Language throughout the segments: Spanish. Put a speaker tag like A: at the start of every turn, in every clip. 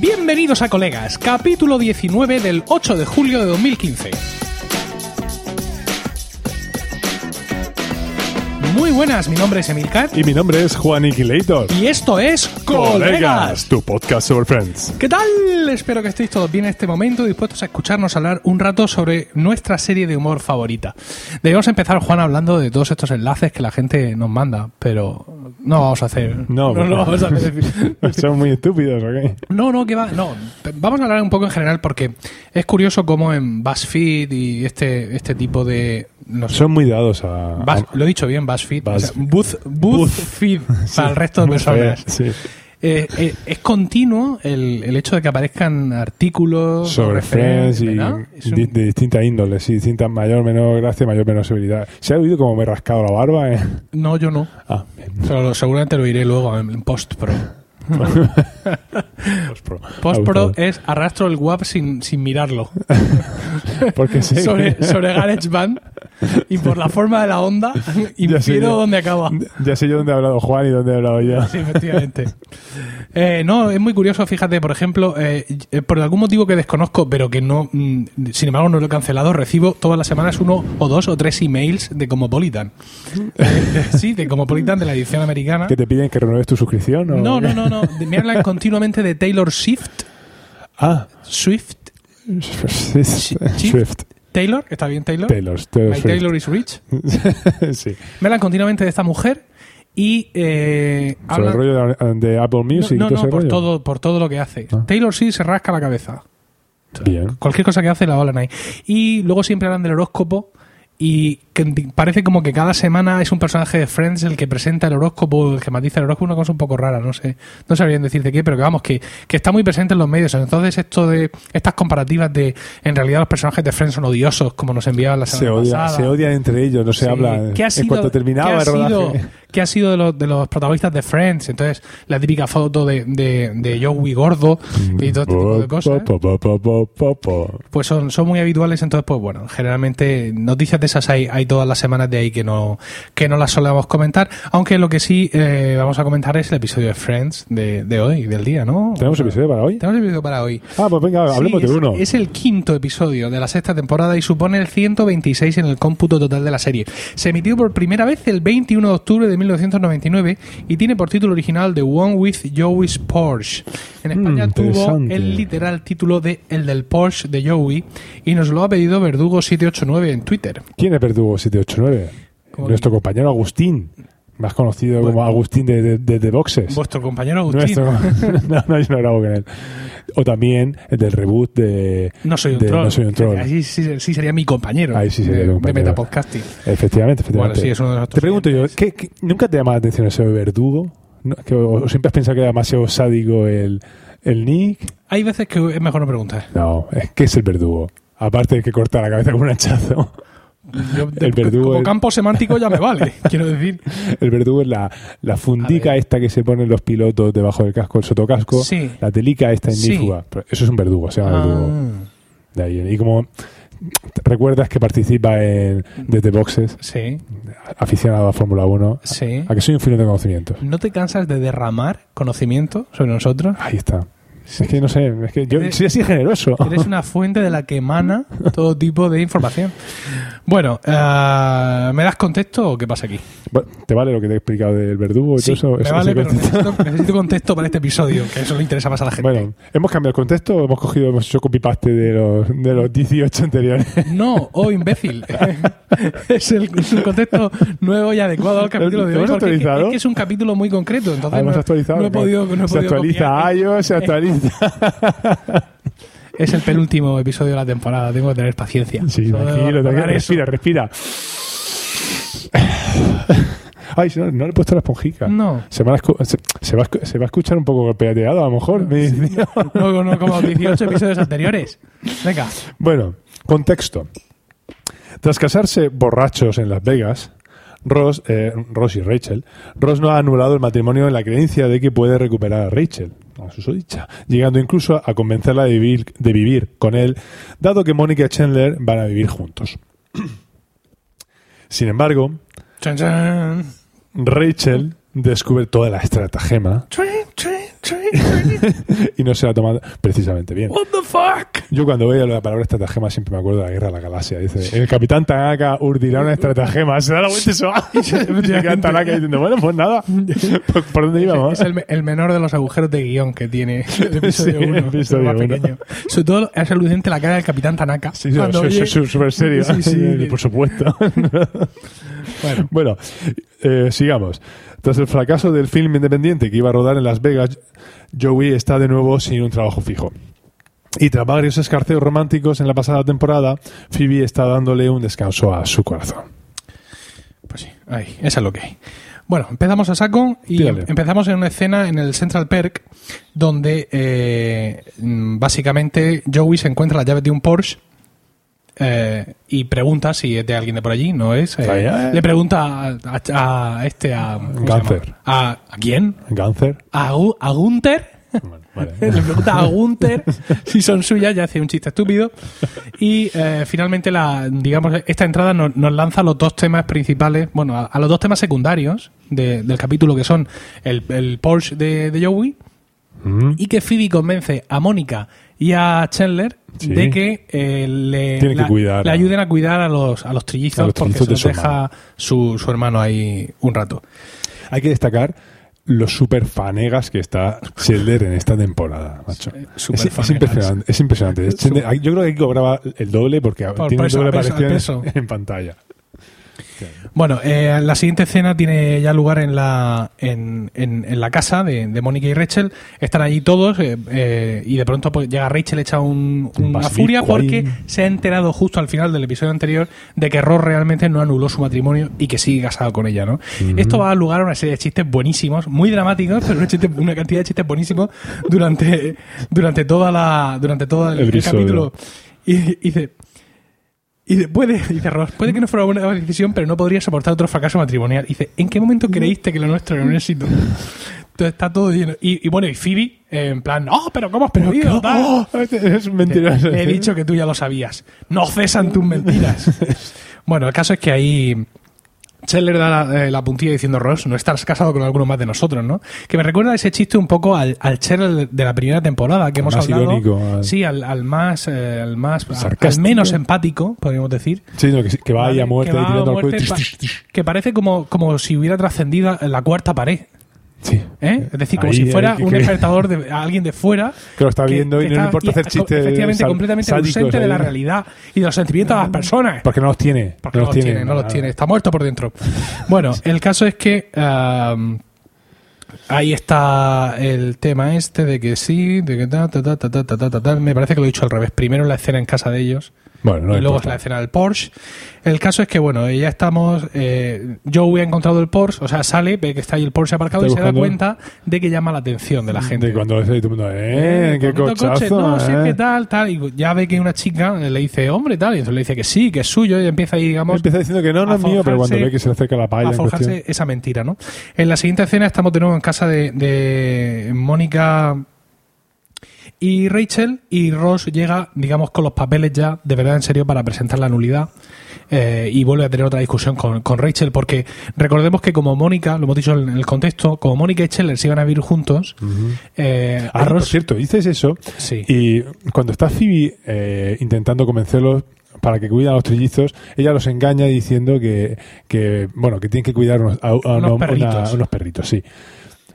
A: Bienvenidos a Colegas, capítulo 19 del 8 de julio de 2015. Muy buenas, mi nombre es Emilcar
B: Y mi nombre es Juan Iquilator.
A: y esto es Colegas.
B: tu podcast sobre Friends.
A: ¿Qué tal? Espero que estéis todos bien en este momento, dispuestos a escucharnos hablar un rato sobre nuestra serie de humor favorita. Debemos empezar, Juan, hablando de todos estos enlaces que la gente nos manda, pero no vamos a hacer.
B: No,
A: no lo
B: porque-
A: vamos a hacer.
B: Son muy estúpidos, ¿ok?
A: No, no, que va. No, P- vamos a hablar un poco en general porque es curioso cómo en BuzzFeed y este, este tipo de. No sé.
B: Son muy dados a...
A: Buzz- lo he dicho bien, BuzzFeed. o sea,
B: Ah, Buzz-
A: Buzz- BuzzFeed para el resto de
B: muy
A: personas.
B: feas, sí.
A: Eh, eh, es continuo el, el hecho de que aparezcan artículos
B: sobre
A: referencias,
B: Friends y
A: ¿verdad? Es un-
B: di- de distintas índoles, sí, distintas mayor, menor gracia, mayor, menor seguridad. ¿Se ha oído cómo me he rascado la barba? eh?
A: No, yo no.
B: Ah, bien.
A: Pero lo- seguramente lo iré luego en, en post pro.
B: Postpro.
A: Post
B: Me ha
A: pro
B: gustado.
A: es arrastro el WAP sin, sin mirarlo.
B: Porque sí.
A: Sobre, sobre GarageBand y por la forma de la onda
B: sé
A: infiero
B: yo.
A: dónde acaba.
B: Ya sé yo dónde ha hablado Juan y dónde he hablado yo.
A: Sí, efectivamente. Eh, no, es muy curioso, fíjate, por ejemplo, eh, eh, por algún motivo que desconozco, pero que no, mm, sin embargo no lo he cancelado, recibo todas las semanas uno o dos o tres emails de Comopolitan. Eh, sí, de Comopolitan, de la edición americana.
B: ¿Que te piden que renueves tu suscripción? o
A: No, no,
B: qué?
A: no, no. de- Me hablan continuamente de Taylor Swift.
B: Ah,
A: Swift.
B: Swift.
A: Taylor, ¿está bien Taylor?
B: Taylor,
A: My
B: Taylor Swift.
A: Taylor is rich.
B: sí.
A: Me hablan continuamente de esta mujer y eh, hablan-
B: Sobre el rollo de, de Apple Music
A: no, no,
B: y todo
A: no,
B: ese
A: por
B: rollo.
A: todo, por todo lo que hace.
B: Ah.
A: Taylor sí se rasca la cabeza.
B: Bien.
A: Cualquier cosa que hace la hablan ahí. Y luego siempre hablan del horóscopo. Y que di- parece como que cada semana es un personaje de Friends el que presenta el horóscopo, el que matiza el horóscopo, una cosa un poco rara, no sé, no sabrían decir de qué, pero que vamos, que, que está muy presente en los medios. Entonces, esto de estas comparativas de en realidad los personajes de Friends son odiosos, como nos enviaban la
B: Se,
A: semana
B: odia,
A: pasada.
B: se odian entre ellos, no se
A: Sí.
B: habla.
A: ¿Qué ha sido,
B: en cuanto terminaba
A: qué ha
B: el rodaje.
A: sido- qué ha sido de los, de los protagonistas de Friends? Entonces, la típica foto de, de, de Joey gordo y todo este tipo de cosas.
B: Po, po, po, po, po, po.
A: Pues son, son muy habituales, entonces, pues bueno, generalmente noticias de esas hay, hay todas las semanas de ahí que no, que no las solemos comentar. Aunque lo que sí eh, vamos a comentar es el episodio de Friends de, de hoy, del día, ¿no?
B: ¿Tenemos episodio para hoy?
A: Tenemos el episodio para hoy.
B: Ah, pues venga, hablemos
A: Sí,
B: de
A: es-
B: uno.
A: Es el quinto episodio de la sexta temporada y supone el 126 en el cómputo total de la serie. Se emitió por primera vez el 21 de octubre de 1999 y tiene por título original The One with Joey's Porsche. En España
B: Mm,
A: tuvo
B: interesante.
A: el literal título de El del Porsche de Joey y nos lo ha pedido Verdugo789 en Twitter.
B: ¿Quién es Verdugo 789?
A: ¿Cómo
B: Nuestro compañero Agustín. Más conocido como Agustín de, de, de- de Boxes.
A: Vuestro compañero Agustín.
B: Nuestro, no, no, yo no grabo con él. O también el del reboot de
A: No soy un
B: de
A: troll.
B: No soy un troll.
A: Ahí sí, sí sería mi compañero.
B: Ahí sí sería
A: de,
B: tu compañero.
A: De Metapodcasting.
B: Efectivamente, efectivamente.
A: Bueno, sí, es uno de nuestros
B: Te pregunto yo, ¿qué, qué- nunca te llama la atención ese verdugo? ¿No? ¿Que, o, o siempre has pensado que era demasiado sádico el, el Nick?
A: Hay veces que es mejor no preguntar.
B: No, es que es el verdugo. Aparte de que corta la cabeza con un hachazo.
A: Yo, de-
B: El verdugo
A: como
B: es-
A: campo semántico ya me vale, quiero decir.
B: El verdugo es la, la fundica
A: A ver.
B: esta que se ponen los pilotos debajo del casco, el sotocasco.
A: Sí.
B: La telica esta
A: Sí.
B: ignífuga. Pero Eso es un verdugo, se llama verdugo.
A: Ah,
B: De ahí. Y como recuerdas que participa en desde boxes,
A: sí,
B: aficionado a Fórmula 1,
A: sí.
B: a que soy un filo de conocimientos.
A: ¿No te cansas de derramar conocimiento sobre nosotros?
B: Ahí está. Es que no sé, es que yo
A: Eres-
B: soy así generoso.
A: Eres una fuente de la que emana todo tipo de información. Bueno, ah, ¿me das contexto o qué pasa aquí?
B: Bueno, ¿Te vale lo que te he explicado del verdugo y
A: Sí,
B: todo Pues eso?
A: me
B: Eso-
A: vale,
B: eso
A: pero
B: que-
A: necesito, necesito contexto para este episodio, que eso le interesa más a la gente.
B: Bueno, ¿hemos cambiado el contexto o hemos cogido, hemos hecho copy-paste de los, de los 18 anteriores?
A: No, oh imbécil. es, el, es un contexto nuevo y adecuado al capítulo de
B: ¿Lo
A: hoy.
B: hemos
A: porque es que-
B: actualizado?
A: Es que es un capítulo muy concreto, entonces
B: Hemos
A: no,
B: actualizado.
A: no he
B: claro.
A: podido, no he
B: se
A: podido
B: actualiza
A: copiar.
B: iOS, se actualiza.
A: Es el penúltimo episodio de la temporada, tengo que tener paciencia.
B: Sí,
A: Solo debo
B: tranquilo, tranquilo.
A: recordar eso.
B: Respira, respira. Ay, no, no le he puesto la esponjica.
A: No.
B: Se, van a escu- se, se va, a escu- se va a escuchar un poco golpeateado, a lo mejor. Me-
A: No, no, como 18 episodios anteriores. Venga.
B: Bueno, contexto. Tras casarse borrachos en Las Vegas, Ross, eh, Ross y Rachel, Ross no ha anulado el matrimonio en la creencia de que puede recuperar a Rachel, a su dicha, llegando incluso a convencerla de vivir, de vivir con él, dado que Mónica y Chandler van a vivir juntos. Sin embargo,
A: Chan, chan.
B: Rachel descubre toda la estratagema
A: Trin, trin,
B: y no se la toma precisamente bien.
A: What the fuck?
B: Yo cuando veo la palabra estratagema siempre me acuerdo de la guerra de la galaxia. Dice, el capitán Tanaka urdirá una estratagema, se da la vuelta y se va. Y se llega Tanaka diciendo, bueno, pues nada, ¿por, por dónde íbamos?
A: Es el, me- el menor de los agujeros de guión que tiene el episodio
B: Sí,
A: 1.
B: el episodio uno.
A: Sobre todo es alucinante la cara del capitán Tanaka.
B: Sí, sí,
A: Cuando
B: sí,
A: oye-
B: sí, sí, súper serio.
A: Sí, sí.
B: Por supuesto.
A: Bueno,
B: Bueno, eh, sigamos. Tras el fracaso del film independiente que iba a rodar en Las Vegas, Joey está de nuevo sin un trabajo fijo. Y tras varios escarceos románticos en la pasada temporada, Phoebe está dándole un descanso a su corazón.
A: pues sí, ahí, eso es lo que hay. Bueno, empezamos a saco y
B: Tírale.
A: empezamos en una escena en el Central Perk donde eh, mm, básicamente Joey se encuentra las llaves de un Porsche eh, y pregunta si es de alguien de por allí, no es. eh,
B: Vaya, eh.
A: le pregunta a, a- a este, a. ¿cómo se
B: Gunther.
A: llama? ¿A, ¿A quién?
B: ¿Cáncer?
A: ¿A, Gu- a Gunther?
B: Bueno, vale.
A: Le pregunta a Gunther si son suyas, ya hace un chiste estúpido. Y eh, finalmente, la, digamos, esta entrada nos, nos lanza los dos temas principales, bueno, a, a los dos temas secundarios de- del capítulo, que son el, el Porsche de, de Joey
B: Mm.
A: y que Phoebe convence a Mónica y a Chandler
B: Sí.
A: de que eh, le,
B: Tienen que
A: la-
B: cuidar
A: le
B: a-
A: ayuden a cuidar a los, a los trillizos
B: a los
A: porque se
B: trillizos de
A: los
B: su
A: deja
B: hermano.
A: su, su hermano ahí un rato.
B: Hay que destacar los super fanegas que está Chandler en esta temporada, macho.
A: Eh,
B: Es,
A: superfanegas.
B: es impresionante, es impresionante. Chandler- yo creo que aquí cobraba el doble porque tiene
A: peso,
B: un doble
A: al peso, al
B: aparición
A: peso.
B: en pantalla.
A: Bueno, eh, la siguiente escena tiene ya lugar en la, en, en- en la casa de, de Mónica y Rachel. Están allí todos eh, eh, y de pronto pues, llega Rachel hecha un-
B: Un
A: una
B: basilico
A: furia
B: ahí.
A: porque se ha enterado justo al final del episodio anterior de que Ross realmente no anuló su matrimonio y que sigue casado con ella, ¿no? Esto va a dar lugar a una serie de chistes buenísimos, muy dramáticos, pero unos chistes- una cantidad de chistes buenísimos durante, durante toda la durante todo el,
B: El
A: el
B: episodio.
A: capítulo. Y, y dice... Y dice, puede, dice Ross, puede que no fuera una buena decisión, pero no podría soportar otro fracaso matrimonial. Y dice, ¿en qué momento creíste que lo nuestro era un éxito? Entonces está todo lleno. Y, y bueno, y Phoebe, eh, en plan, no, pero ¿cómo has perdido? tal?".
B: ¡Oh! Es mentiroso.
A: Te ¡Ah! he dicho que tú ya lo sabías. No cesan tus mentiras. bueno, el caso es que ahí. Scheller da la, eh, la puntilla diciendo Ross, no estás casado con alguno más de nosotros, ¿no? Que me recuerda ese chiste un poco al, al Scheller de la primera temporada que hemos
B: más
A: hablado.
B: irónico, al-
A: Sí, al, al más, eh, al más, al
B: Sarcástico.
A: menos empático, podríamos decir.
B: Sí, no, que, que va ahí a
A: Vale,
B: muerte
A: que va a
B: tirando al
A: muerte,
B: cohete.
A: pa- que parece como, como si hubiera trascendido la cuarta pared.
B: Sí.
A: ¿eh? Es decir, como
B: Ahí,
A: si fuera
B: ahí que-
A: un
B: que-
A: despertador de a alguien de fuera.
B: Que lo está viendo y no le importa hacer
A: co-
B: chistes
A: Efectivamente,
B: sal-
A: completamente
B: sádicos
A: ausente de
B: ahí.
A: la realidad y de los sentimientos de las personas.
B: Porque no los tiene. Ah.
A: Porque no los tiene, no los
B: nada.
A: tiene. Está muerto por dentro. Bueno, el caso es que. am, Ahí está el tema este de que sí, de que ta, ta, ta, ta, ta, ta, ta, ta, ta. Me parece que lo he dicho al revés. Primero la escena en casa de ellos
B: Bueno, no
A: y luego es
B: importa.
A: la escena del Porsche. El caso es que, bueno, ya estamos. Eh, Joey ha encontrado el Porsche, o sea, sale, ve que está ahí el Porsche aparcado
B: Está
A: y se da
B: buscando.
A: cuenta de que llama la atención de la gente.
B: De cuando dice todo el mundo, ¡eh! ¡Qué
A: Bonito
B: cochazo!
A: coche, no, sí,
B: eh!
A: qué tal, tal. Y ya ve que una chica eh, le dice, hombre, tal. Y entonces le dice que sí, que es suyo. Y empieza ahí, digamos,
B: Empieza diciendo que no, no
A: a
B: es mío, pero cuando
A: forjarse-
B: ve que se le acerca la palla
A: a
B: en
A: forjarse
B: cuestión.
A: esa mentira, ¿no? En la siguiente escena estamos de nuevo en casa de, de Mónica y Rachel y Ross llega, digamos, con los papeles ya de verdad en serio para presentar la nulidad eh, y vuelve a tener otra discusión con, con Rachel porque recordemos que como Mónica, lo hemos dicho en el contexto, como Mónica y Scheller se iban a vivir juntos, eh, a
B: Ah, por
A: Ross...
B: cierto, dices eso
A: Sí.
B: pues, y cuando está Phoebe eh, intentando convencerlos para que cuiden a los trillizos, ella los engaña diciendo que, que bueno, que tienen que cuidar unos, a- a una- una-
A: perritos.
B: unos perritos, sí.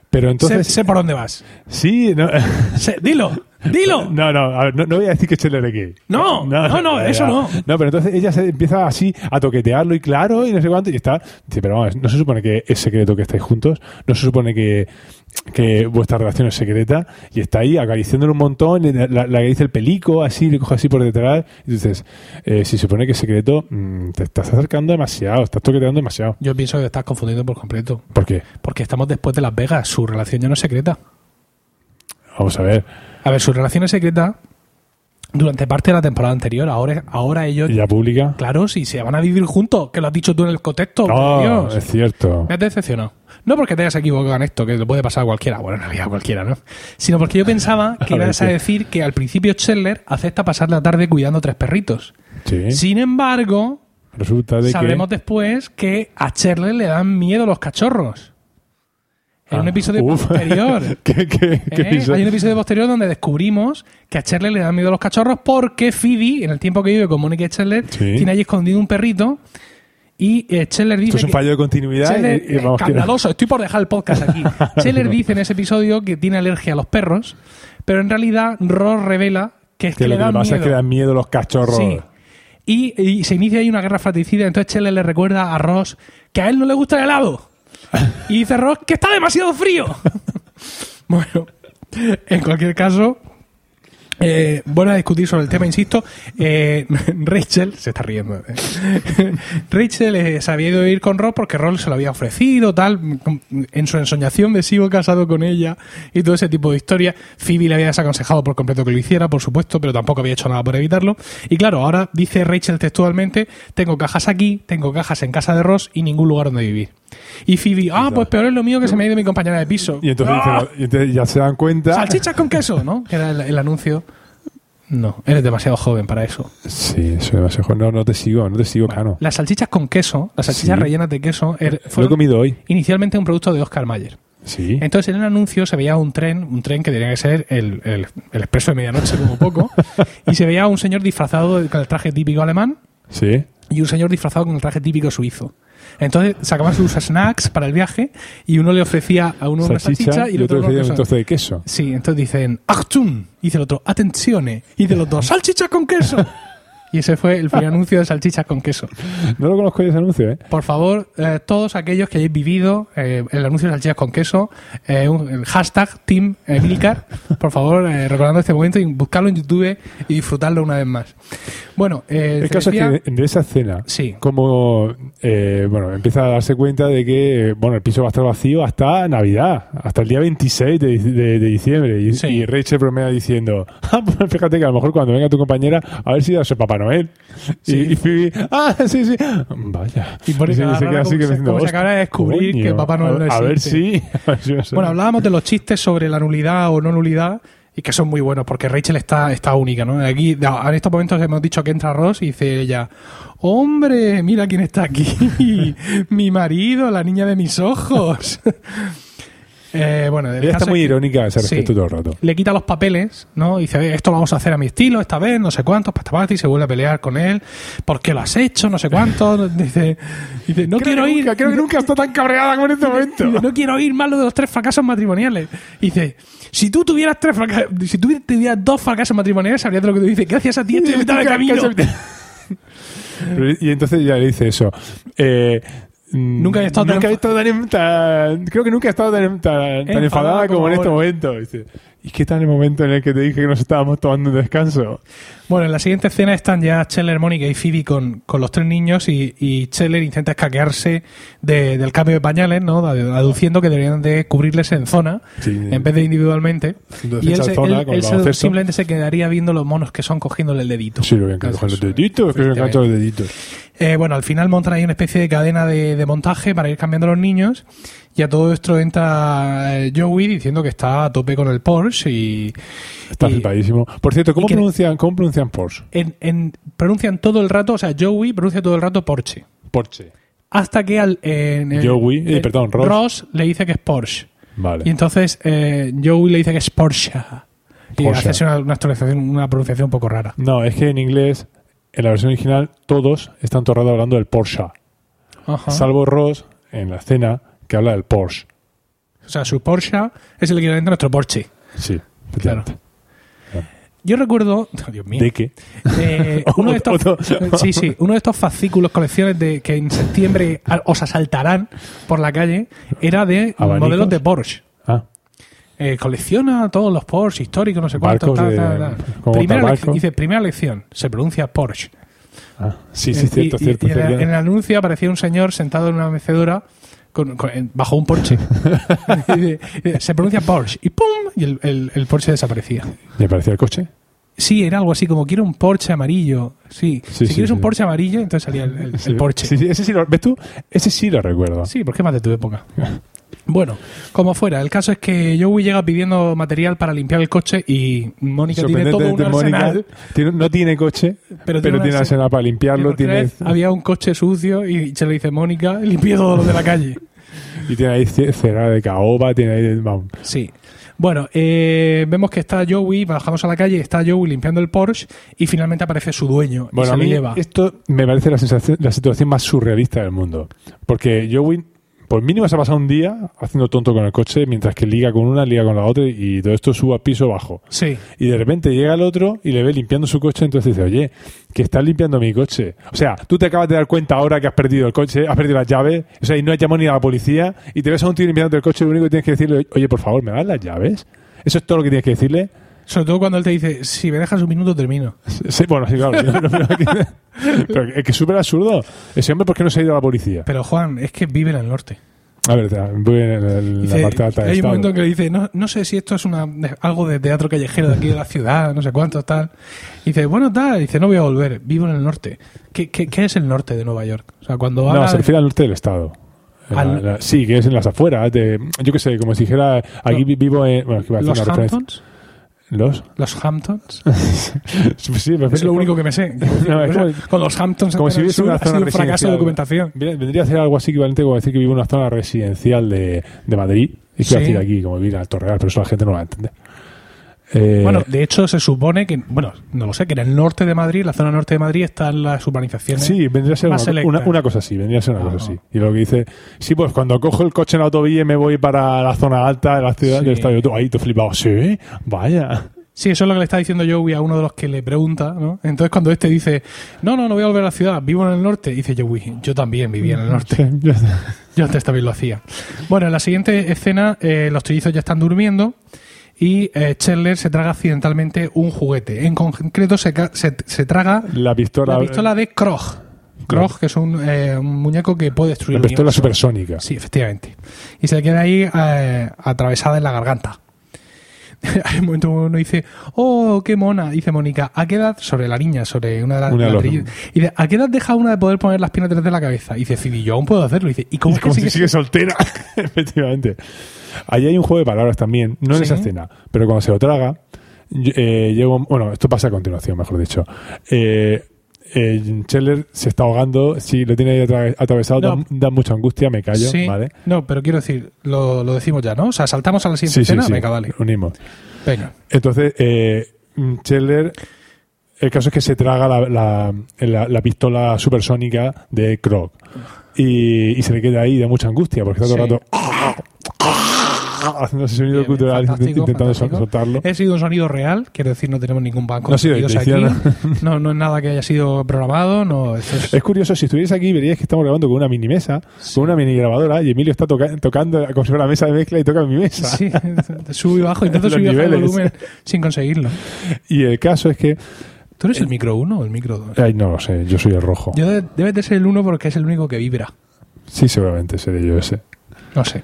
B: Pero entonces,
A: sé, sé por dónde vas.
B: sí, no,
A: Sé- dilo, dilo.
B: No, no, a ver, no, no voy a decir que Chandler es gay.
A: No, no, no,
B: ya,
A: eso
B: ya.
A: no.
B: No, pero entonces ella se empieza así a toquetearlo y claro, y no sé cuánto, y está. Dice, pero vamos, no se supone que es secreto que estáis juntos, no se supone que, que vuestra relación es secreta, y está ahí acariciándole un montón, y la, la- la que dice el pelico, así, le coge así por detrás, y dices, eh, si supone que es secreto, mm, te estás acercando demasiado, estás toqueteando demasiado.
A: Yo pienso que estás confundiendo por completo.
B: ¿Por qué?
A: Porque estamos después de Las Vegas, su relación ya no es secreta.
B: Vamos a ver,
A: A ver, su relación es secreta durante parte de la temporada anterior. Ahora, ahora ellos,
B: ¿y la pública?
A: claro, si se van a vivir juntos, que lo has dicho tú en el contexto. por
B: No,
A: Dios.
B: es cierto.
A: Me has decepcionado. No porque te hayas equivocado en esto, que lo puede pasar a cualquiera. Bueno, en realidad a cualquiera, ¿no? Sino porque yo pensaba que
B: A ver,
A: ibas a
B: sí.
A: decir que al principio Scheller acepta pasar la tarde cuidando tres perritos.
B: Sí.
A: Sin embargo,
B: Resulta de que.
A: sabremos después que a Scheller le dan miedo los cachorros. En un
B: Ah,
A: episodio
B: uf.
A: posterior.
B: ¿Qué, qué, qué
A: ¿eh?
B: piso?
A: Hay un episodio posterior donde descubrimos que a Charlie le dan miedo a los cachorros porque Phoebe, en el tiempo que vive con Mónica y Chandler,
B: Sí.
A: tiene allí escondido un perrito y eh, Chandler dice
B: Esto es un
A: que-
B: fallo de continuidad.
A: Scheller,
B: y- y vamos que-
A: escandaloso, estoy por dejar el podcast aquí. Scheller dice en ese episodio que tiene alergia a los perros, pero en realidad Ross revela que es que,
B: que
A: le
B: lo que
A: da
B: le pasa es que
A: miedo.
B: dan miedo los cachorros.
A: Sí. Y, y se inicia ahí una guerra fratricida, entonces Scheller le recuerda a Ross que a él no le gusta el helado. Y dice Ross que está demasiado frío. bueno, en cualquier caso, eh, vuelve a discutir sobre el tema, insisto. Eh, Rachel se está riendo. eh. Rachel eh, se había ido a ir con Ross porque Ross se lo había ofrecido, tal, con- en su ensoñación de sigo casado con ella y todo ese tipo de historia. Phoebe le había desaconsejado por completo que lo hiciera, por supuesto, pero tampoco había hecho nada por evitarlo. Y claro, ahora dice Rachel textualmente, tengo cajas aquí, tengo cajas en casa de Ross y ningún lugar donde vivir. Y Phoebe, ah, pues peor es lo mío que se me ha ido mi compañera de piso.
B: Y entonces,
A: ¡Ah!
B: dicen- "Oh", y entonces ya se dan cuenta.
A: Salchichas con queso, ¿no? Que era el, el anuncio. No, eres demasiado joven para eso.
B: Sí, eso es demasiado. No, no te sigo, no te sigo, Cano.
A: Las salchichas con queso, las salchichas
B: Sí.
A: rellenas de queso, er-
B: Lo he
A: fueron
B: comido hoy.
A: inicialmente un producto de Oscar Mayer.
B: Sí.
A: Entonces en el anuncio se veía un tren, un tren que tenía que ser el, el- el expreso de medianoche como poco, y se veía un señor disfrazado de- con el traje típico alemán
B: Sí.
A: y un señor disfrazado con el traje típico suizo. Entonces sacaban sus snacks para el viaje y uno le ofrecía a uno una salchicha,
B: Salchicha
A: y el otro, una
B: otro día un
A: queso.
B: trozo de queso.
A: Sí, entonces dicen Achtung, dice el otro Atenzione, y dice el otro Salchichas con queso. Y ese fue el primer anuncio de salchichas con queso.
B: No lo conozco yo ese anuncio, ¿eh?
A: Por favor, eh, todos aquellos que hayáis vivido eh, el anuncio de salchichas con queso, eh, un- el hashtag Team Emilcar, por favor, eh, recordando este momento y buscarlo en YouTube y disfrutarlo una vez más. Bueno, eh,
B: El
A: te
B: caso
A: decía-
B: es que de, de esa cena,
A: Sí.
B: como eh, bueno, empieza a darse cuenta de que eh, bueno, el piso va a estar vacío hasta Navidad, hasta el día 26 de, de- de diciembre. Y,
A: Sí.
B: y Rachel bromea diciendo: ah, pues fíjate que a lo mejor cuando venga tu compañera, a ver si va a ser Papá Noel. Y-
A: Sí.
B: Y, Phoebe, ah, sí, sí. Vaya.
A: Y por eso
B: se-
A: cada
B: se
A: rara
B: queda así
A: como
B: que
A: se-
B: diciendo,
A: como se
B: "Hostia,
A: acaba de descubrir
B: coño,
A: que Papá Noel no
B: a- A ver si.
A: existe". Bueno, hablábamos de los chistes sobre la nulidad o no nulidad y que son muy buenos porque Rachel está, está única, ¿no? Aquí, da- en estos momentos hemos dicho que entra Ross y dice ella, hombre, mira quién está aquí, mi marido, la niña de mis ojos. Eh, bueno, el
B: Ella
A: caso
B: está
A: es
B: muy
A: que
B: irónica a ese
A: Sí.
B: respecto todo el rato.
A: le quita los papeles, ¿no? Y dice, "Oye, esto lo vamos a hacer a mi estilo esta vez, no sé cuántos, pasta y se vuelve a pelear con él, ¿por qué lo has hecho? No sé cuánto. Dice, dice no quiero ir.
B: Creo que nunca está tan cabreada como en este momento.
A: Dice, no quiero oír más lo de los tres fracasos matrimoniales. Y dice, si tú tuvieras tres fracasos, si tú tuvieras dos fracasos matrimoniales, sabrías de lo que tú dices. Gracias a ti estoy en mitad de camino.
B: Pero- y entonces ya le dice eso. Eh, mm,
A: Nunca había estado tan enfa-
B: nunca había estado tan, en- tan- Creo que nunca he estado tan, tan- tan
A: Enfadada
B: enfadada como,
A: como
B: en este
A: ahora.
B: momento. Dice, ¿y qué tal el momento en el que te dije que nos estábamos tomando un descanso?
A: Bueno, en la siguiente escena están ya Scheller, Mónica y Phoebe con, con los tres niños y, y Scheller intenta escaquearse de- del cambio de pañales, ¿no? Aduciendo que deberían de cubrirles en zona
B: Sí.
A: en vez de individualmente.
B: Haciendo
A: Y él,
B: defensa
A: se-
B: en zona
A: él-
B: con el
A: él se-
B: baloncesto.
A: simplemente se quedaría viendo los monos que son cogiéndole el dedito.
B: Sí, lo voy a enganchar los deditos, que lo engancho los deditos.
A: Eh, bueno, al final montan ahí una especie de cadena de, de montaje para ir cambiando a los niños. Y a todo esto entra eh, Joey diciendo que está a tope con el Porsche y
B: Está
A: Y-
B: flipadísimo. Por cierto, ¿cómo
A: y que-
B: pronuncian, ¿cómo pronuncian Porsche?
A: en- en- pronuncian todo el rato, o sea, Joey pronuncia todo el rato Porsche.
B: Porsche.
A: Hasta que al en el-
B: Joey, eh, perdón, Ross.
A: le dice que es Porsche.
B: Vale.
A: Y entonces eh, Joey le dice que es Porsche. Y
B: Porsche.
A: hace así una, una actualización- una pronunciación un poco rara.
B: No, es que en inglés, en la versión original, todos están todo el rato hablando del Porsche.
A: Ah. Ajá.
B: Salvo Ross, en la escena, que habla del Porsche.
A: O sea, su Porsche es el equivalente a nuestro Porsche.
B: Sí,
A: Claro.
B: efectivamente.
A: Yo recuerdo. Dios mío.
B: ¿De qué?
A: Eh, uno, de estos,
B: Otro-
A: sí, sí, uno de estos fascículos, colecciones de que en septiembre a- os asaltarán por la calle, era de
B: ¿Abanicos?
A: modelos de Porsche.
B: Ah,
A: Eh, colecciona todos los Porsche históricos, no sé cuántos.
B: Barcos
A: tal,
B: de-
A: tal, tal.
B: como
A: Primera
B: tabaco.
A: lección- dice, primera lección, se pronuncia Porsche.
B: ah. sí,
A: Eh,
B: sí,
A: y-
B: cierto,
A: y-
B: cierto.
A: y en,
B: cierto.
A: el, en el anuncio aparecía un señor sentado en una mecedora con- con- en- bajo un Porsche. Y dice, eh, se pronuncia Porsche y ¡pum! Y el- el- el Porsche desaparecía.
B: ¿Me parecía el coche?
A: Sí, era algo así como quiero un Porsche amarillo. Sí, si
B: Sí, sí,
A: quieres un
B: sí.
A: Porsche amarillo, entonces salía el, el-
B: Sí.
A: el Porsche.
B: Sí,
A: Sí,
B: sí, ese sí lo, ¿Ves tú? Ese sí lo recuerdo.
A: porque es más de tu época. Bueno, como fuera, el caso es que Joey llega pidiendo material para limpiar el coche y Mónica tiene todo un
B: Sorprendentemente,
A: arsenal.
B: tiene- no tiene coche,
A: Pero
B: pero,
A: tiene un
B: tiene
A: arsenal.
B: arsenal para
A: Y
B: limpiarlo.
A: por
B: Tiene,
A: tres había un coche sucio y se le dice Mónica, limpié todo lo de la calle.
B: Y tiene ahí ce- cera de caoba, tiene ahí. vamos.
A: Sí. Bueno, eh, vemos que está Joey, bajamos a la calle, está Joey limpiando el Porsche y finalmente aparece su dueño y
B: Bueno,
A: se
B: a
A: lo
B: mí
A: lleva.
B: esto me parece la, sensación, la situación más surrealista del mundo. Porque Joey, por mínimo, se ha pasado un día haciendo tonto con el coche, mientras que liga con una, liga con la otra y todo esto suba piso bajo.
A: Sí,
B: Y de repente llega el otro y le ve limpiando su coche, entonces dice, oye, que estás limpiando mi coche. O sea, tú te acabas de dar cuenta ahora que has perdido el coche, has perdido las llaves, o sea, y no has llamado ni a la policía, y te ves a un tío limpiando el coche, lo único que tienes que decirle, oye, por favor, ¿me das las llaves? Eso es todo lo que tienes que decirle.
A: sobre todo cuando él te dice, si me dejas un minuto termino.
B: Sí, bueno, sí, claro. lo primero que- Pero es que es súper absurdo. Ese hombre, ¿por qué no se ha ido a la policía?
A: Pero Juan, es que vive en el norte.
B: A ver, espera, voy en el- la
A: Dice-
B: parte alta del
A: hay un
B: estado.
A: momento en que le dice, no, no sé si esto es una, de- algo de teatro callejero de aquí de la ciudad, no sé cuánto, tal. Y dice, bueno, tal. Y dice, no voy a volver, vivo en el norte. ¿Qué, qué, qué es el norte de Nueva York? O sea, cuando
B: No,
A: habla
B: se
A: de-
B: refiere al norte del estado. En la-
A: Al-
B: la- sí, que es en las afueras. de- yo qué sé, como si dijera, aquí
A: No.
B: vi- vivo en... Bueno, es que iba a hacer
A: los
B: una referencia.
A: Hamptons,
B: ¿Los?
A: los Hamptons,
B: sí, me
A: es lo único que me sé.
B: No, es como-
A: con los Hamptons
B: como si
A: en el
B: hubiese
A: sur
B: una
A: ha
B: zona
A: sido un fracaso
B: residencial.
A: de documentación.
B: Vendría a ser algo así equivalente como decir que vivo en una zona residencial de, de Madrid. Es que iba a
A: Sí.
B: decir aquí, como vivir en Alto Real, pero eso la gente no lo va a entender. Eh,
A: Bueno, de hecho se supone que, bueno, no lo sé, que en el norte de Madrid, la zona norte de Madrid, están las urbanizaciones.
B: Sí, vendría a ser
A: más
B: una,
A: selecta.
B: una- una cosa así, vendría a ser una
A: Ah.
B: cosa así. Y lo que dice, sí, pues cuando cojo el coche en la autovía y me voy para la zona alta de la ciudad
A: Sí.
B: del estadio, tú ahí te flipado, sí, vaya.
A: Sí, eso es lo que le está diciendo Joey a uno de los que le pregunta, ¿no? Entonces cuando este dice, no, no, no voy a volver a la ciudad, vivo en el norte, dice Joey, yo también vivía en el norte,
B: Sí, ya está.
A: yo antes también lo hacía. Bueno, en la siguiente escena eh, los trillizos ya están durmiendo y eh, Chandler se traga accidentalmente un juguete. En concreto se, ca- se, se traga
B: La pistola,
A: la pistola de Krog. Krog, que es un, eh, un muñeco que puede destruir el
B: la pistola
A: universo.
B: supersónica.
A: Sí, efectivamente. Y se le queda ahí eh, atravesada en la garganta. Hay un momento uno dice, oh, qué mona, dice Mónica, ¿a qué edad, sobre la niña, sobre una de las...
B: Una de
A: la
B: los-
A: tri- y dice, ¿a qué edad deja una de poder poner las piernas detrás de la cabeza? Y dice, Phoebe, yo aún puedo hacerlo. Y dice, ¿y cómo
B: Y
A: es que
B: como si
A: sigues-
B: sigue soltera. Efectivamente. Ahí hay un juego de palabras también, no en
A: Sí.
B: esa escena, pero cuando se lo traga, y- eh, llego, bueno, esto pasa a continuación, mejor dicho. Eh, eh, Scheller se está ahogando, sí, lo tiene ahí atra- atravesado,
A: No.
B: da, da mucha angustia, me callo,
A: Sí.
B: ¿vale?
A: No, pero quiero decir, lo, lo decimos ya, ¿no? O sea, saltamos a la siguiente
B: Sí, sí,
A: escena,
B: sí,
A: venga, dale.
B: unimos.
A: Venga.
B: Entonces, eh, Scheller, el caso es que se traga la, la- la- la pistola supersónica de Krog. Y, y se le queda ahí de mucha angustia, porque está todo el
A: Sí.
B: rato haciendo ese sonido
A: Bien,
B: cultural,
A: fantástico,
B: intentando sol-
A: fantástico.
B: soltarlo.
A: He sido un sonido real, quiero decir, no tenemos ningún banco
B: No ha sido
A: de sonidos
B: edición,
A: aquí. No, no es nada que haya sido programado, no, esto es-
B: Es curioso, si estuvierais aquí veríais que estamos grabando con una mini mesa, con una mini grabadora, y Emilio está toca- tocando como si fuera la mesa de mezcla y toca en mi mesa.
A: Sí, subo y bajo, intento
B: Los
A: subir y bajar el
B: niveles.
A: volumen sin conseguirlo.
B: Y el caso es que,
A: ¿Tú
B: Eh.
A: eres el micro 1 o el micro 2?
B: ay, no lo sé, yo soy el rojo.
A: Yo de- debes de ser el 1 porque es el único que vibra.
B: Sí, seguramente seré yo ese.
A: No sé.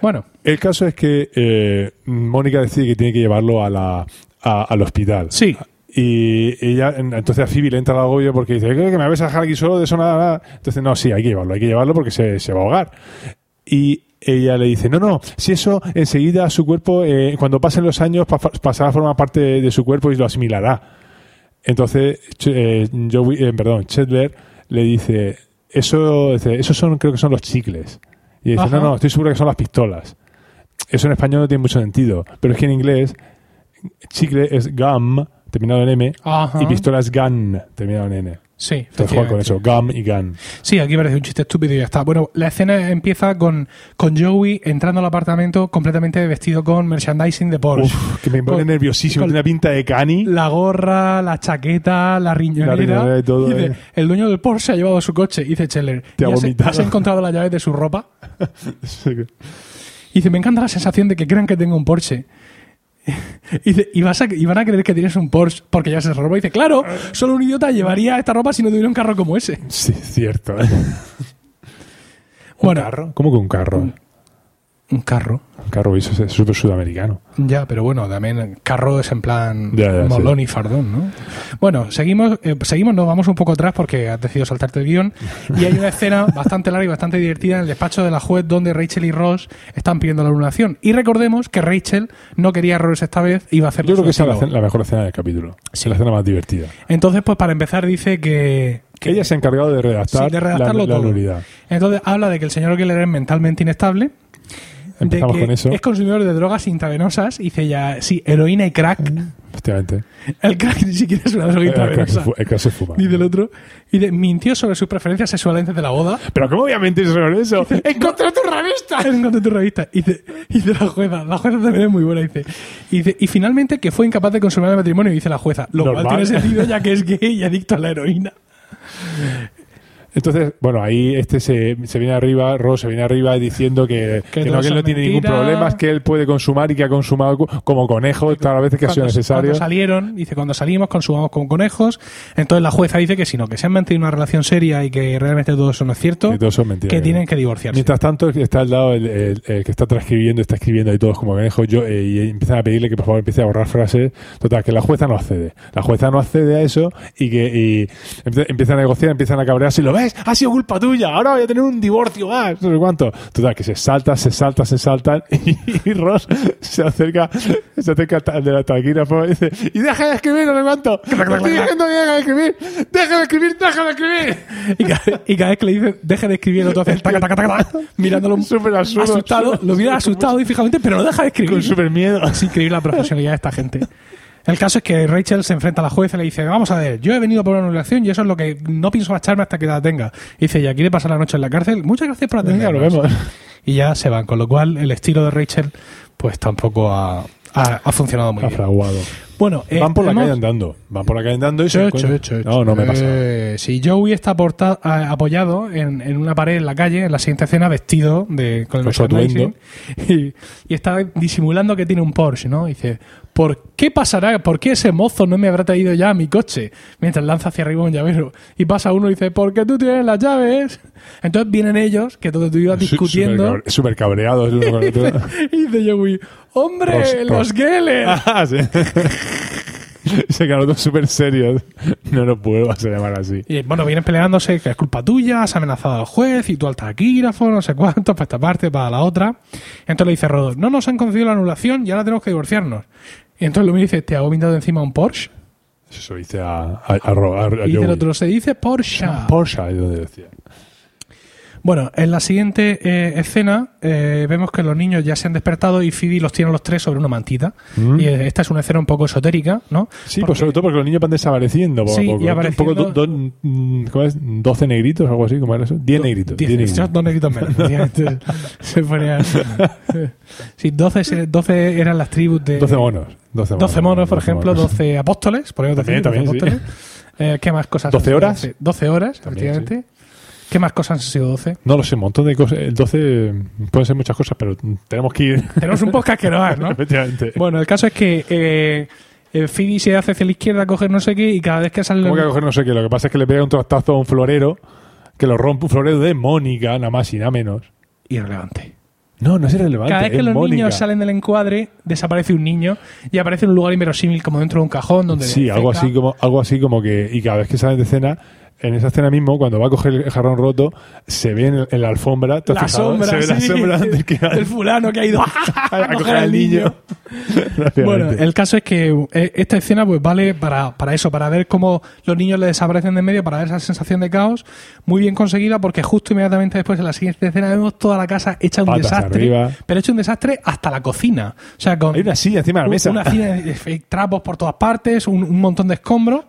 A: Bueno,
B: El caso es que eh, Mónica decide que tiene que llevarlo a la, a- al hospital.
A: sí.
B: Y ella, en- entonces a Phoebe le entra el agobio porque dice, "¿Qué, que me vais a dejar aquí solo? De eso nada, nada". Entonces, no, sí, hay que llevarlo, hay que llevarlo porque se, se va a ahogar. Y ella le dice, no, no, si eso enseguida su cuerpo, eh, cuando pasen los años, pa- pasará a formar parte de, de su cuerpo y lo asimilará. Entonces, Ch- eh, Joey- eh, perdón, Chandler le dice, eso, dice, esos son, creo que son los chicles. Y dice,
A: Ajá.
B: no, no, estoy seguro que son las pistolas. Eso en español no tiene mucho sentido, pero es que en inglés chicle es gum, terminado en M,
A: Ajá.
B: y pistola es gun, terminado en N.
A: Sí,
B: Entonces juegan con
A: efectivamente.
B: eso, gum y gun.
A: Sí, aquí parece un chiste estúpido y ya está. Bueno, la escena empieza con, con Joey entrando al apartamento completamente vestido con merchandising de Porsche.
B: Uf, que me pone
A: Con-
B: nerviosísimo,
A: con-
B: tiene una pinta de cani.
A: La gorra, la chaqueta, la riñonera.
B: La riñonera y todo,
A: Dice,
B: eh.
A: El dueño del Porsche ha llevado su coche. Dice Cheller,
B: Te ha
A: "¿Y has-
B: vomitado".
A: ¿has encontrado las llaves de su ropa? Y dice, me encanta la sensación de que crean que tengo un Porsche. Y, dice, "Y vas a- y van a creer que tienes un Porsche porque llevas esa ropa. Y dice, claro, solo un idiota llevaría esta ropa si no tuviera un carro como ese.
B: Sí, cierto.
A: Bueno,
B: ¿Cómo que un carro?
A: Mm. un carro.
B: Un carro, eso es súper sudamericano.
A: Ya, pero bueno, también el carro es en plan
B: Ya, ya,
A: molón y fardón, ¿no? Bueno, seguimos, eh, seguimos, nos vamos un poco atrás porque has decidido saltarte el guión. Y hay una escena bastante larga y bastante divertida en el despacho de la juez donde Rachel y Ross están pidiendo la lunación. Y recordemos que Rachel no quería errores esta vez, iba a hacerlo
B: Yo creo que esa es la,
A: suicida.
B: escena- la mejor escena del capítulo.
A: Sí.
B: La escena más divertida.
A: Entonces, pues para empezar, dice que. que
B: Ella se ha encargado de redactar,
A: Sí, de redactarlo
B: la, la
A: todo.
B: nulidad.
A: Entonces habla de que el señor Keller es mentalmente inestable. De
B: Empezamos
A: que
B: con eso.
A: es consumidor de drogas intravenosas. Y dice ella, sí, heroína y crack.
B: Efectivamente. Eh,
A: El crack ni siquiera es una droga
B: Mm. El crack se
A: intravenosa.
B: fu- el crack se fuma.
A: Dice el otro. Y de, mintió sobre sus preferencias sexuales antes de la boda.
B: Pero ¿cómo voy a mentir sobre eso?
A: ¡Encontré tu revista! Encontré tu revista. Y dice, y dice la jueza, la jueza también es muy buena, dice. Y, dice, y finalmente que fue incapaz de consumar el matrimonio, dice la jueza. Lo cual
B: Normal.
A: tiene sentido ya que es gay y adicto a la heroína.
B: Entonces, bueno, ahí este se, se viene arriba, Ross se viene arriba diciendo que,
A: Que
B: que
A: todo
B: no, que él
A: son
B: no tiene ningún
A: mentiras.
B: problema, es que él puede consumar y que ha consumado co- como conejo todas las veces que ha sido
A: Cuando-
B: necesario.
A: Cuando salieron, dice, cuando salimos consumamos como conejos. Entonces la jueza dice que si no, que se han mantenido una relación seria y que realmente todo eso no es cierto,
B: Que todo son mentiras.
A: que tienen que divorciarse.
B: Mientras tanto, está al lado el, el- el que está transcribiendo, está escribiendo y todos como conejo, yo, eh, y empiezan a pedirle que por favor empiece a borrar frases. Total, que la jueza no accede. La jueza no accede a eso y que y empie- empiezan a negociar, empiezan a cabrearse. y lo ves, ha sido culpa tuya, ahora voy a tener un divorcio, ah, no sé cuánto. Total, que se salta, se salta, se saltan y, y Ross se acerca, se acerca al ta- al de la taquígrafo y dice, y deja de escribir, no sé cuánto. Estoy diciendo que deja de escribir, deja de escribir, deja de escribir.
A: Y ca- y cada, vez que le dice, deje de escribir, el otro hace taca, taca, taca, taca, mirándolo
B: Súper absurdo,
A: asustado,
B: absurdo,
A: lo mira asustado y fijamente, pero no deja de escribir.
B: Con súper miedo.
A: Es increíble la profesionalidad de esta gente. El caso es que Rachel se enfrenta a la jueza y le dice, vamos a ver, yo he venido por una anulación y eso es lo que no pienso marcharme hasta que la tenga. Y dice, ya quiere pasar la noche en la cárcel. Muchas gracias por
B: Venga, lo
A: atendernos.
B: vemos.
A: Y ya se van, con lo cual el estilo de Rachel pues tampoco ha, ha- ha funcionado muy bien.
B: Afraguado.
A: Bueno, eh,
B: Van por la
A: hemos-
B: calle andando. Van por la calle andando y se
A: Hecho,
B: encuentran-
A: hecho, hecho,
B: No, no me
A: hecho.
B: pasa.
A: Eh, si Joey está aporta- a- apoyado en, en una pared en la calle, en la siguiente escena, vestido de, con el
B: Con su
A: merchandising, y, y está disimulando que tiene un Porsche, ¿no? Y dice, ¿por qué pasará? ¿Por qué ese mozo no me habrá traído ya mi coche? Mientras lanza hacia arriba un llavero. Y pasa uno y dice, ¿por qué tú tienes las llaves? Entonces vienen ellos, que todo tú ibas discutiendo.
B: Súper cabreados el uno con el otro.
A: Y dice Joey, ¡hombre,
B: Ros- ros-
A: los Geller!
B: Ah, sí. Se quedaron todos súper serios. No lo puedo hacer llamar así.
A: Y bueno, vienen peleándose, que es culpa tuya, has amenazado al juez y tú al taquígrafo, no sé cuánto, para esta parte, para la otra. Entonces le dice Rodos, no nos han concedido la anulación y ahora tenemos que divorciarnos. Y entonces Lumi dice, ¿te hago pintado encima un Porsche?
B: Eso se lo dice a, a, a, Ro- a- a
A: Y dice el
B: Joey. Ah,
A: otro, se dice Porsche.
B: Porsche, es donde decía.
A: Bueno, en la siguiente eh, escena eh, vemos que los niños ya se han despertado y Phoebe los tiene a los tres sobre una mantita. Y eh, esta es una escena un poco esotérica, ¿no?
B: Mm. Sí, pues sobre todo porque los niños van desapareciendo poco a
A: Sí,
B: poco.
A: y
B: Un poco do- do- mm, ¿cómo es? 12 negritos o algo así, ¿cómo era eso? 10 negritos. 10
A: Diez-
B: negritos.
A: dos negritos menos. efectivamente. este, se ponía. este. Sí, 12, se- 12 eran las tribus de.
B: 12 monos. 12 monos,
A: 12 monos, por
B: 12
A: ejemplo,
B: monos.
A: 12 apóstoles, por ejemplo, 12
B: También, también, sí.
A: apóstoles. Eh, ¿Qué más cosas?
B: 12
A: han sido
B: horas.
A: 12, 12 horas,
B: También,
A: efectivamente. ¿Qué más cosas han sido 12?
B: No lo sé, un montón de cosas. El 12 pueden ser muchas cosas, pero tenemos que ir.
A: Tenemos un podcast que no hay, ¿no?
B: Efectivamente.
A: Bueno, el caso es que eh, eh, Phoebe se hace hacia la izquierda a coger no sé qué y cada vez que sale...
B: ¿Cómo que a coger no sé qué? Lo que pasa es que le pega un trastazo a un florero que lo rompe un florero de Mónica, nada más y nada menos.
A: Irrelevante.
B: No, no es irrelevante.
A: Cada vez que
B: es
A: los
B: eh, Mónica.
A: niños salen del encuadre, desaparece un niño y aparece en un lugar inverosímil como dentro de un cajón donde...
B: Sí, algo
A: defeca.
B: así, como, algo así como que. Y cada vez que salen de escena, en esa escena mismo, cuando va a coger el jarrón roto, se ve en, en la alfombra. ¿te has
A: La
B: fijado?
A: sombra,
B: Se ve la
A: sí,
B: sombra del que
A: del fulano que ha ido
B: a coger al niño.
A: Bueno,
B: Efectivamente.
A: el caso es que eh, esta escena pues vale para, para eso, para ver cómo los niños le desaparecen de en medio, para ver esa sensación de caos, muy bien conseguida porque justo inmediatamente después en la siguiente escena vemos toda la casa hecha un
B: Patas
A: desastre,
B: arriba.
A: pero hecha un desastre hasta la cocina. O sea, con
B: Hay una silla encima de la
A: un-
B: mesa.
A: una silla de- de trapos por todas partes, un, un montón de escombros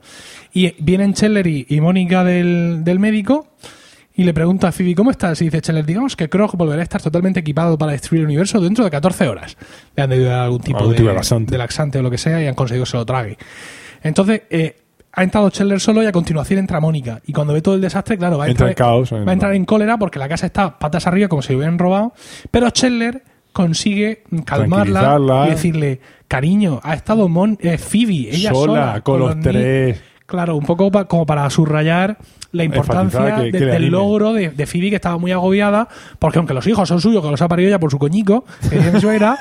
A: y vienen Scheller y, y Mónica del, del médico. Y le pregunta a Phoebe, ¿cómo estás? Y dice Scheller, digamos que Krog volverá a estar totalmente equipado para destruir el universo dentro de 14 horas. Le han debido dar algún tipo
B: Algún
A: de,
B: tipo de laxante.
A: de laxante o lo que sea y han conseguido que se lo trague. Entonces, eh, ha entrado Scheller solo y a continuación entra Mónica. Y cuando ve todo el desastre, claro, va a
B: Entra
A: entrar,
B: en caos.
A: va a entrar en cólera porque la casa está patas arriba como si lo hubieran robado. Pero Scheller consigue calmarla
B: Tranquilizarla.
A: y decirle, cariño, ha estado Mon eh, Phoebe, ella sola,
B: Sola, con los
A: ni-
B: tres.
A: Claro, un poco pa- como para subrayar la importancia
B: Enfatizar
A: de-
B: que- que le
A: del
B: anime.
A: logro de, de Phoebe, que estaba muy agobiada, porque aunque los hijos son suyos, que los ha parido ella por su coñico, que tiene su era,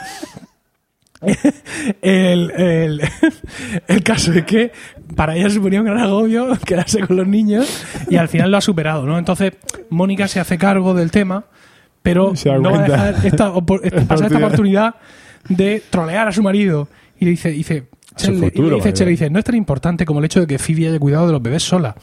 A: el, el- el caso es que para ella suponía un gran agobio quedarse con los niños y al final lo ha superado, ¿no? Entonces, Mónica se hace cargo del tema, pero
B: Se da
A: no va a
B: cuenta.
A: dejar esta, opor- esta- pasar esta oportunidad de trolear a su marido. Y le dice, dice,
B: su
A: Cher le-
B: futuro,
A: le dice,
B: madre
A: Cher,
B: mía.
A: dice, no es tan importante como el hecho de que Phoebe haya cuidado de los bebés sola.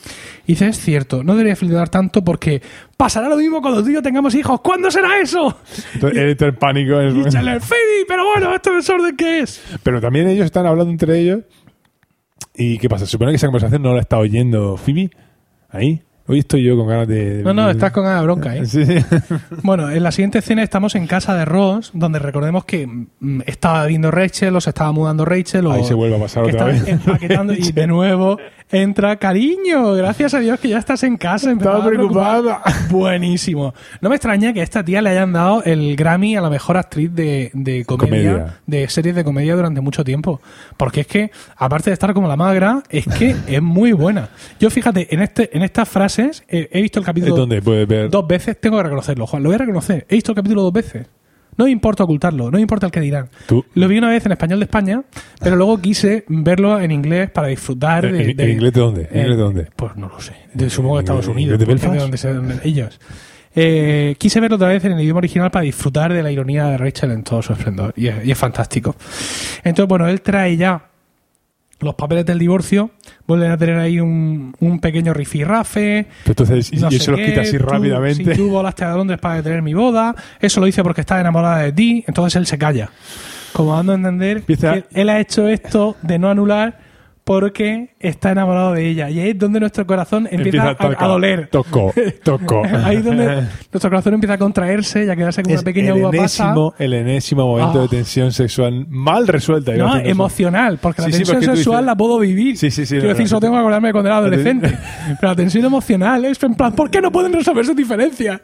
A: Y dice, es cierto, no debería flipar tanto porque pasará lo mismo cuando tú y yo tengamos hijos. ¿Cuándo será eso?
B: Entonces, él entra en pánico. es-
A: Y Cher le, Phoebe, pero bueno, ¿esto desorden qué es?
B: Pero también ellos están hablando entre ellos. ¿Y qué pasa? Supone que esa conversación no la está oyendo Phoebe. Ahí. Hoy estoy yo con ganas de.
A: No, no, estás con ganas de bronca, ¿eh?
B: Sí, sí.
A: Bueno, en la siguiente escena estamos en casa de Ross, donde recordemos que mm, estaba viendo Rachel, o se estaba mudando Rachel, o
B: Ahí se vuelve a pasar
A: que estaba
B: otra vez.
A: empaquetando y de nuevo entra cariño. Gracias a Dios que ya estás en casa. empezaba
B: Estaba
A: a preocupar.
B: preocupada.
A: Buenísimo. No me extraña que a esta tía le hayan dado el Grammy a la mejor actriz de, de comedia,
B: Comedia.
A: de series de comedia durante mucho tiempo. Porque es que, aparte de estar como la magra, es que es muy buena. Yo fíjate, en este, en estas frases eh, he visto el
B: Es
A: capítulo
B: donde puedes ver.
A: Dos veces tengo que reconocerlo, Juan. Lo voy a reconocer. He visto el capítulo dos veces. No me importa ocultarlo, no me importa el que dirán.
B: Tú-
A: Lo vi una vez en español de España, pero luego quise verlo en inglés para disfrutar de.
B: ¿En- en inglés de dónde? ¿En
A: Eh,
B: inglés de dónde?
A: Pues no lo sé. De, supongo que Estados
B: ¿En
A: Unidos.
B: inglés de
A: porque es
B: Belfast?
A: donde se- donde ellos. Eh, quise verlo otra vez en el idioma original para disfrutar de la ironía de Rachel en todo su esplendor. Y es- y es fantástico. Entonces, bueno, él trae ya los papeles del divorcio. Vuelven a tener ahí un, un pequeño rifirrafe.
B: Pero Entonces, y,
A: No
B: y
A: sé
B: se los
A: qué,
B: quita así
A: tú-
B: rápidamente.
A: Si tú volaste a Londres para detener mi boda, eso lo hice porque estaba enamorada de ti, entonces él se calla. Como dando a entender
B: Empieza-
A: que él ha hecho esto de no anular porque está enamorado de ella. Y ahí es donde nuestro corazón empieza, a- a,
B: tocar.
A: doler.
B: Tocó, tocó.
A: Ahí es donde nuestro corazón empieza a contraerse y a quedarse como
B: Es
A: una pequeña
B: el
A: uva pasa.
B: enésimo, el enésimo momento
A: Ah.
B: de tensión sexual mal resuelta. iba
A: No,
B: haciendo eso.
A: emocional, porque la
B: Sí, sí,
A: tensión
B: porque tú
A: sexual
B: dices-
A: la puedo vivir.
B: Sí, sí, sí,
A: Quiero
B: la
A: decir,
B: verdad.
A: solo tengo que acordarme de cuando era
B: La ten-
A: adolescente. Pero la tensión emocional es en plan, ¿por qué no pueden resolver sus diferencias?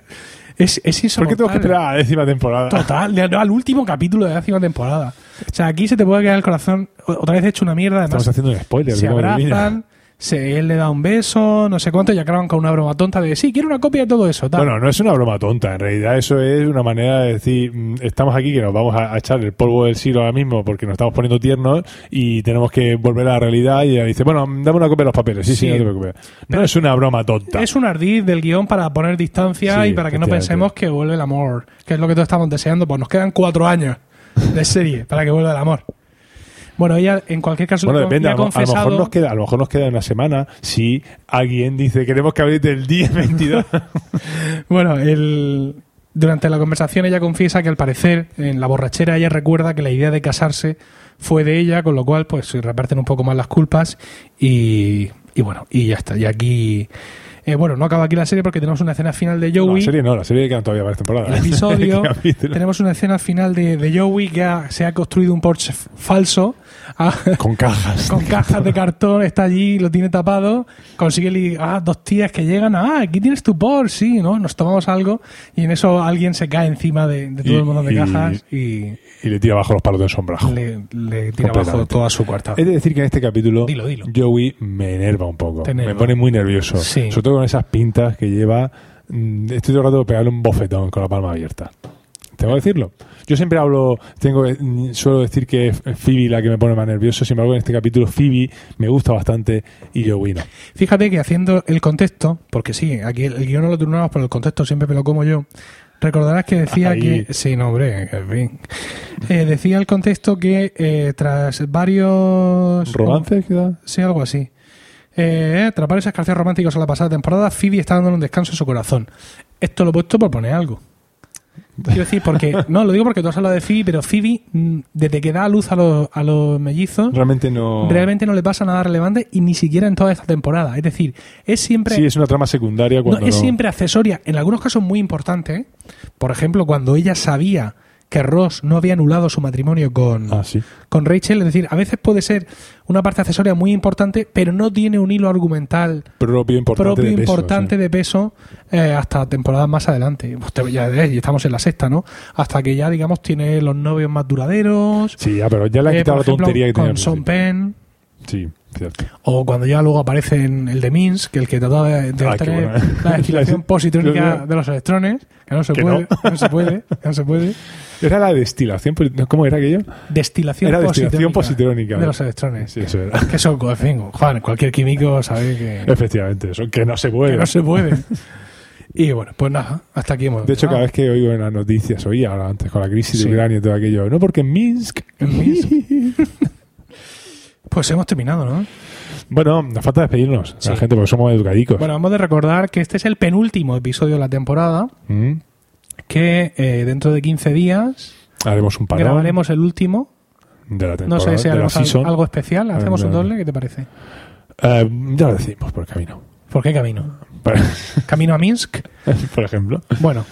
A: Es, es
B: ¿Por qué tengo que
A: insoportable.
B: esperar a la décima temporada?
A: Total, de- no, al último capítulo de la décima temporada. O sea, aquí se te puede quedar el corazón o- otra vez hecho una mierda. Además,
B: Estamos haciendo un spoiler.
A: se
B: madre mía.
A: abrazan, se, él le da un beso, no sé cuánto, y acaban con una broma tonta de, sí, quiero una copia de todo eso. Tal.
B: Bueno, no es una broma tonta, en realidad eso es una manera de decir, mm, estamos aquí que nos vamos a, a echar el polvo del siglo ahora mismo porque nos estamos poniendo tiernos y tenemos que volver a la realidad y ella dice, bueno, mm, dame una copia de los papeles, sí, sí,
A: Sí.
B: no te preocupes. No es una broma tonta.
A: Es un ardiz del guión para poner distancia
B: Sí,
A: y para que no
B: efectivamente.
A: pensemos que vuelve el amor, que es lo que todos estamos deseando, pues nos quedan cuatro años de serie para que vuelva el amor. Bueno, ella en cualquier caso
B: Bueno,
A: le con-
B: depende,
A: le ha
B: a, lo- a lo mejor
A: confesado-
B: nos queda, a lo mejor nos queda una semana si alguien dice, queremos que abrite el día 22.
A: Bueno, el- durante la conversación ella confiesa que al parecer en la borrachera ella recuerda que la idea de casarse fue de ella, con lo cual pues se reparten un poco más las culpas y, y bueno, y ya está. Y aquí... eh, bueno, no acaba aquí la serie porque tenemos una escena final de
B: No,
A: Joey.
B: la serie no, la serie quedan todavía varias temporadas.
A: el episodio.
B: Capítulo.
A: tenemos una escena final de, de Joey que ha- se ha construido un Porsche f- falso ah,
B: Con cajas.
A: con cajas de cartón, está allí, lo tiene tapado, consigue li- ah, dos tías que llegan, ah, aquí tienes tu Porsche, sí, ¿no? Nos tomamos algo y en eso alguien se cae encima de, de todo
B: Y-
A: el montón de
B: y-
A: cajas y
B: Y le tira abajo los palos de sombrajo.
A: le, le tira abajo
B: Completamente.
A: toda su cuarta.
B: He de decir que en este capítulo
A: Dilo, dilo.
B: Joey me enerva un poco.
A: Te enerva.
B: Me pone muy nervioso.
A: Sí.
B: Sobre todo con esas pintas que lleva. mm, Estoy todo el rato de pegarle un bofetón con la palma abierta. Tengo que decirlo. Yo siempre hablo, tengo que- mm, suelo decir que es Phoebe la que me pone más nervioso. Sin embargo, en este capítulo Phoebe me gusta bastante y Joey no.
A: Fíjate que haciendo el contexto, porque sí, aquí el, el guión no lo turnamos, pero el contexto siempre me lo como yo. Recordarás que decía
B: Ahí.
A: que. Sí, no, hombre, que en fin. Eh, decía el contexto que eh, tras varios.
B: ¿Romances quizás?
A: Sí, algo así. Eh, tras varios escarceos románticos a la pasada temporada, Phoebe está dándole un descanso a su corazón. Esto lo he puesto por poner algo. Quiero decir, porque. No, lo digo porque tú has hablado de Phoebe, pero Phoebe, mm, desde que da a luz a los, a los mellizos
B: Realmente no.
A: realmente no le pasa nada relevante y ni siquiera en toda esta temporada. Es decir, es siempre,
B: Sí, es una trama secundaria
A: no,
B: cuando.
A: es
B: no-
A: siempre accesoria, en algunos casos muy importante. ¿eh? Por ejemplo, cuando ella sabía que Ross no había anulado su matrimonio con,
B: Ah, sí.
A: con Rachel, es decir, a veces puede ser una parte accesoria muy importante, pero no tiene un hilo argumental
B: Propio importante.
A: propio
B: de peso,
A: importante
B: sí.
A: de peso eh, hasta temporadas más adelante. Pues te- ya, ves, y estamos en la sexta, ¿no? Hasta que ya, digamos, tiene los novios más duraderos.
B: Sí, ya, pero ya le han
A: eh, por
B: quitado la
A: ejemplo,
B: tontería que tenía.
A: con
B: al
A: Sean
B: principio.
A: Penn.
B: Sí, cierto.
A: O cuando ya luego aparece en el de Minsk, el que trataba de, de
B: Ah, qué
A: obtener
B: bueno.
A: la destilación positrónica
B: Yo-
A: de los electrones, que no se
B: Que
A: puede,
B: no.
A: que no se puede, que no se puede.
B: Era la destilación, pues, ¿cómo era aquello?
A: Destilación,
B: Era destilación
A: positrónica
B: positrónica.
A: de los electrones.
B: Sí, eso era.
A: Que son, en fin, Juan, cualquier químico sabe que,
B: Efectivamente, eso, que no se puede.
A: que no se puede. Y bueno, pues nada, hasta aquí hemos
B: De hecho, cada
A: llegado.
B: vez que oigo en las noticias, oía ahora antes con la crisis
A: Sí.
B: de Ucrania y todo aquello, no porque en Minsk.
A: En Minsk. Pues hemos terminado, ¿no?
B: Bueno, nos falta despedirnos,
A: Sí.
B: la gente, porque somos educadicos.
A: Bueno, hemos de recordar que este es el penúltimo episodio de la temporada,
B: Mm.
A: que eh, dentro de 15 días
B: Haremos un parón
A: grabaremos el último.
B: de la
A: No
B: temporada,
A: sé si
B: de la
A: haremos al-
B: season.
A: algo especial, hacemos un
B: no.
A: doble, ¿qué te parece?
B: Eh, ya lo decimos por el camino.
A: ¿Por qué camino?
B: Para-
A: ¿Camino a Minsk?
B: por ejemplo.
A: Bueno,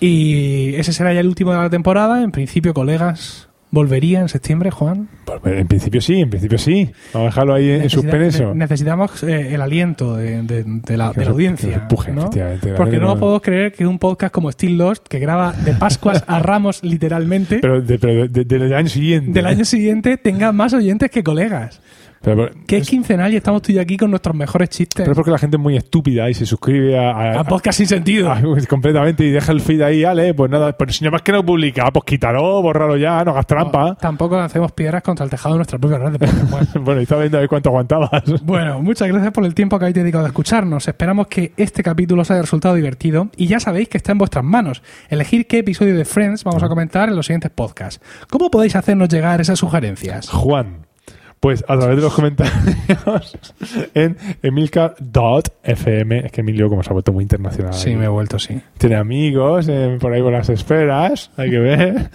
A: y ese será ya el último de la temporada. En principio, colegas, volvería en septiembre, Juan.
B: Por- En principio sí, en principio sí. Vamos a dejarlo ahí Eh, en
A: Necesita-
B: suspenso.
A: ne- Necesitamos eh, el aliento de, de- de la,
B: Que
A: de la
B: nos- que
A: audiencia.
B: nos empuje,
A: ¿no?
B: efectivamente. La
A: Porque
B: gente
A: no
B: no-
A: nos podemos creer que un podcast como Still Lost, que graba de Pascuas a Ramos literalmente,
B: Pero, de- pero de- de- del año siguiente. ¿eh?
A: del año siguiente tenga más oyentes que colegas.
B: Pero,
A: Que es quincenal y estamos tú y yo aquí con nuestros mejores chistes.
B: pero es porque la gente es muy estúpida y se suscribe a, a-
A: a podcast sin sentido.
B: Ah, pues, completamente y deja el feed ahí, Ale, pues nada, pero si no más que no publica, pues quítalo, borralo ya, no hagas trampa.
A: Tampoco lancemos piedras contra el tejado de nuestra propia red de podcast. Bueno.
B: bueno, y está viendo ahí cuánto aguantabas.
A: Bueno, muchas gracias por el tiempo que habéis dedicado a escucharnos. Esperamos que este capítulo os haya resultado divertido y ya sabéis que está en vuestras manos elegir qué episodio de Friends vamos a comentar en los siguientes podcasts. ¿Cómo podéis hacernos llegar esas sugerencias?
B: Juan, pues a través de los comentarios en emilcar.fm, es que Emilio como se ha vuelto muy internacional.
A: Sí, me he vuelto, sí.
B: Tiene amigos eh, por ahí por las esferas, hay que ver.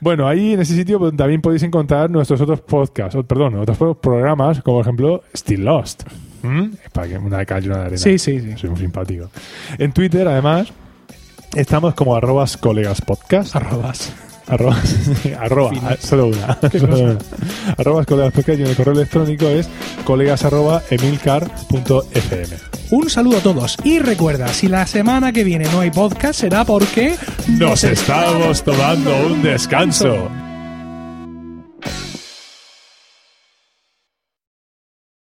B: bueno, ahí en ese sitio pues, también podéis encontrar nuestros otros podcasts, o, perdón, otros pro- programas, como por ejemplo Still Lost. ¿Mm? Es para que una de cal y una de arena.
A: Sí, sí, sí.
B: Soy muy simpático. En Twitter, además, estamos como arrobas colegas
A: Ah.
B: podcast.
A: Arrobas.
B: Arrobas, arroba,
A: Fino.
B: ah, solo una.
A: Qué
B: Solo
A: cosa.
B: una. Arrobas colegas podcast y en el correo electrónico es colegas arroba emilcar.fm.
A: Un saludo a todos y recuerda, si la semana que viene no hay podcast será porque
B: Nos estamos tomando un descanso.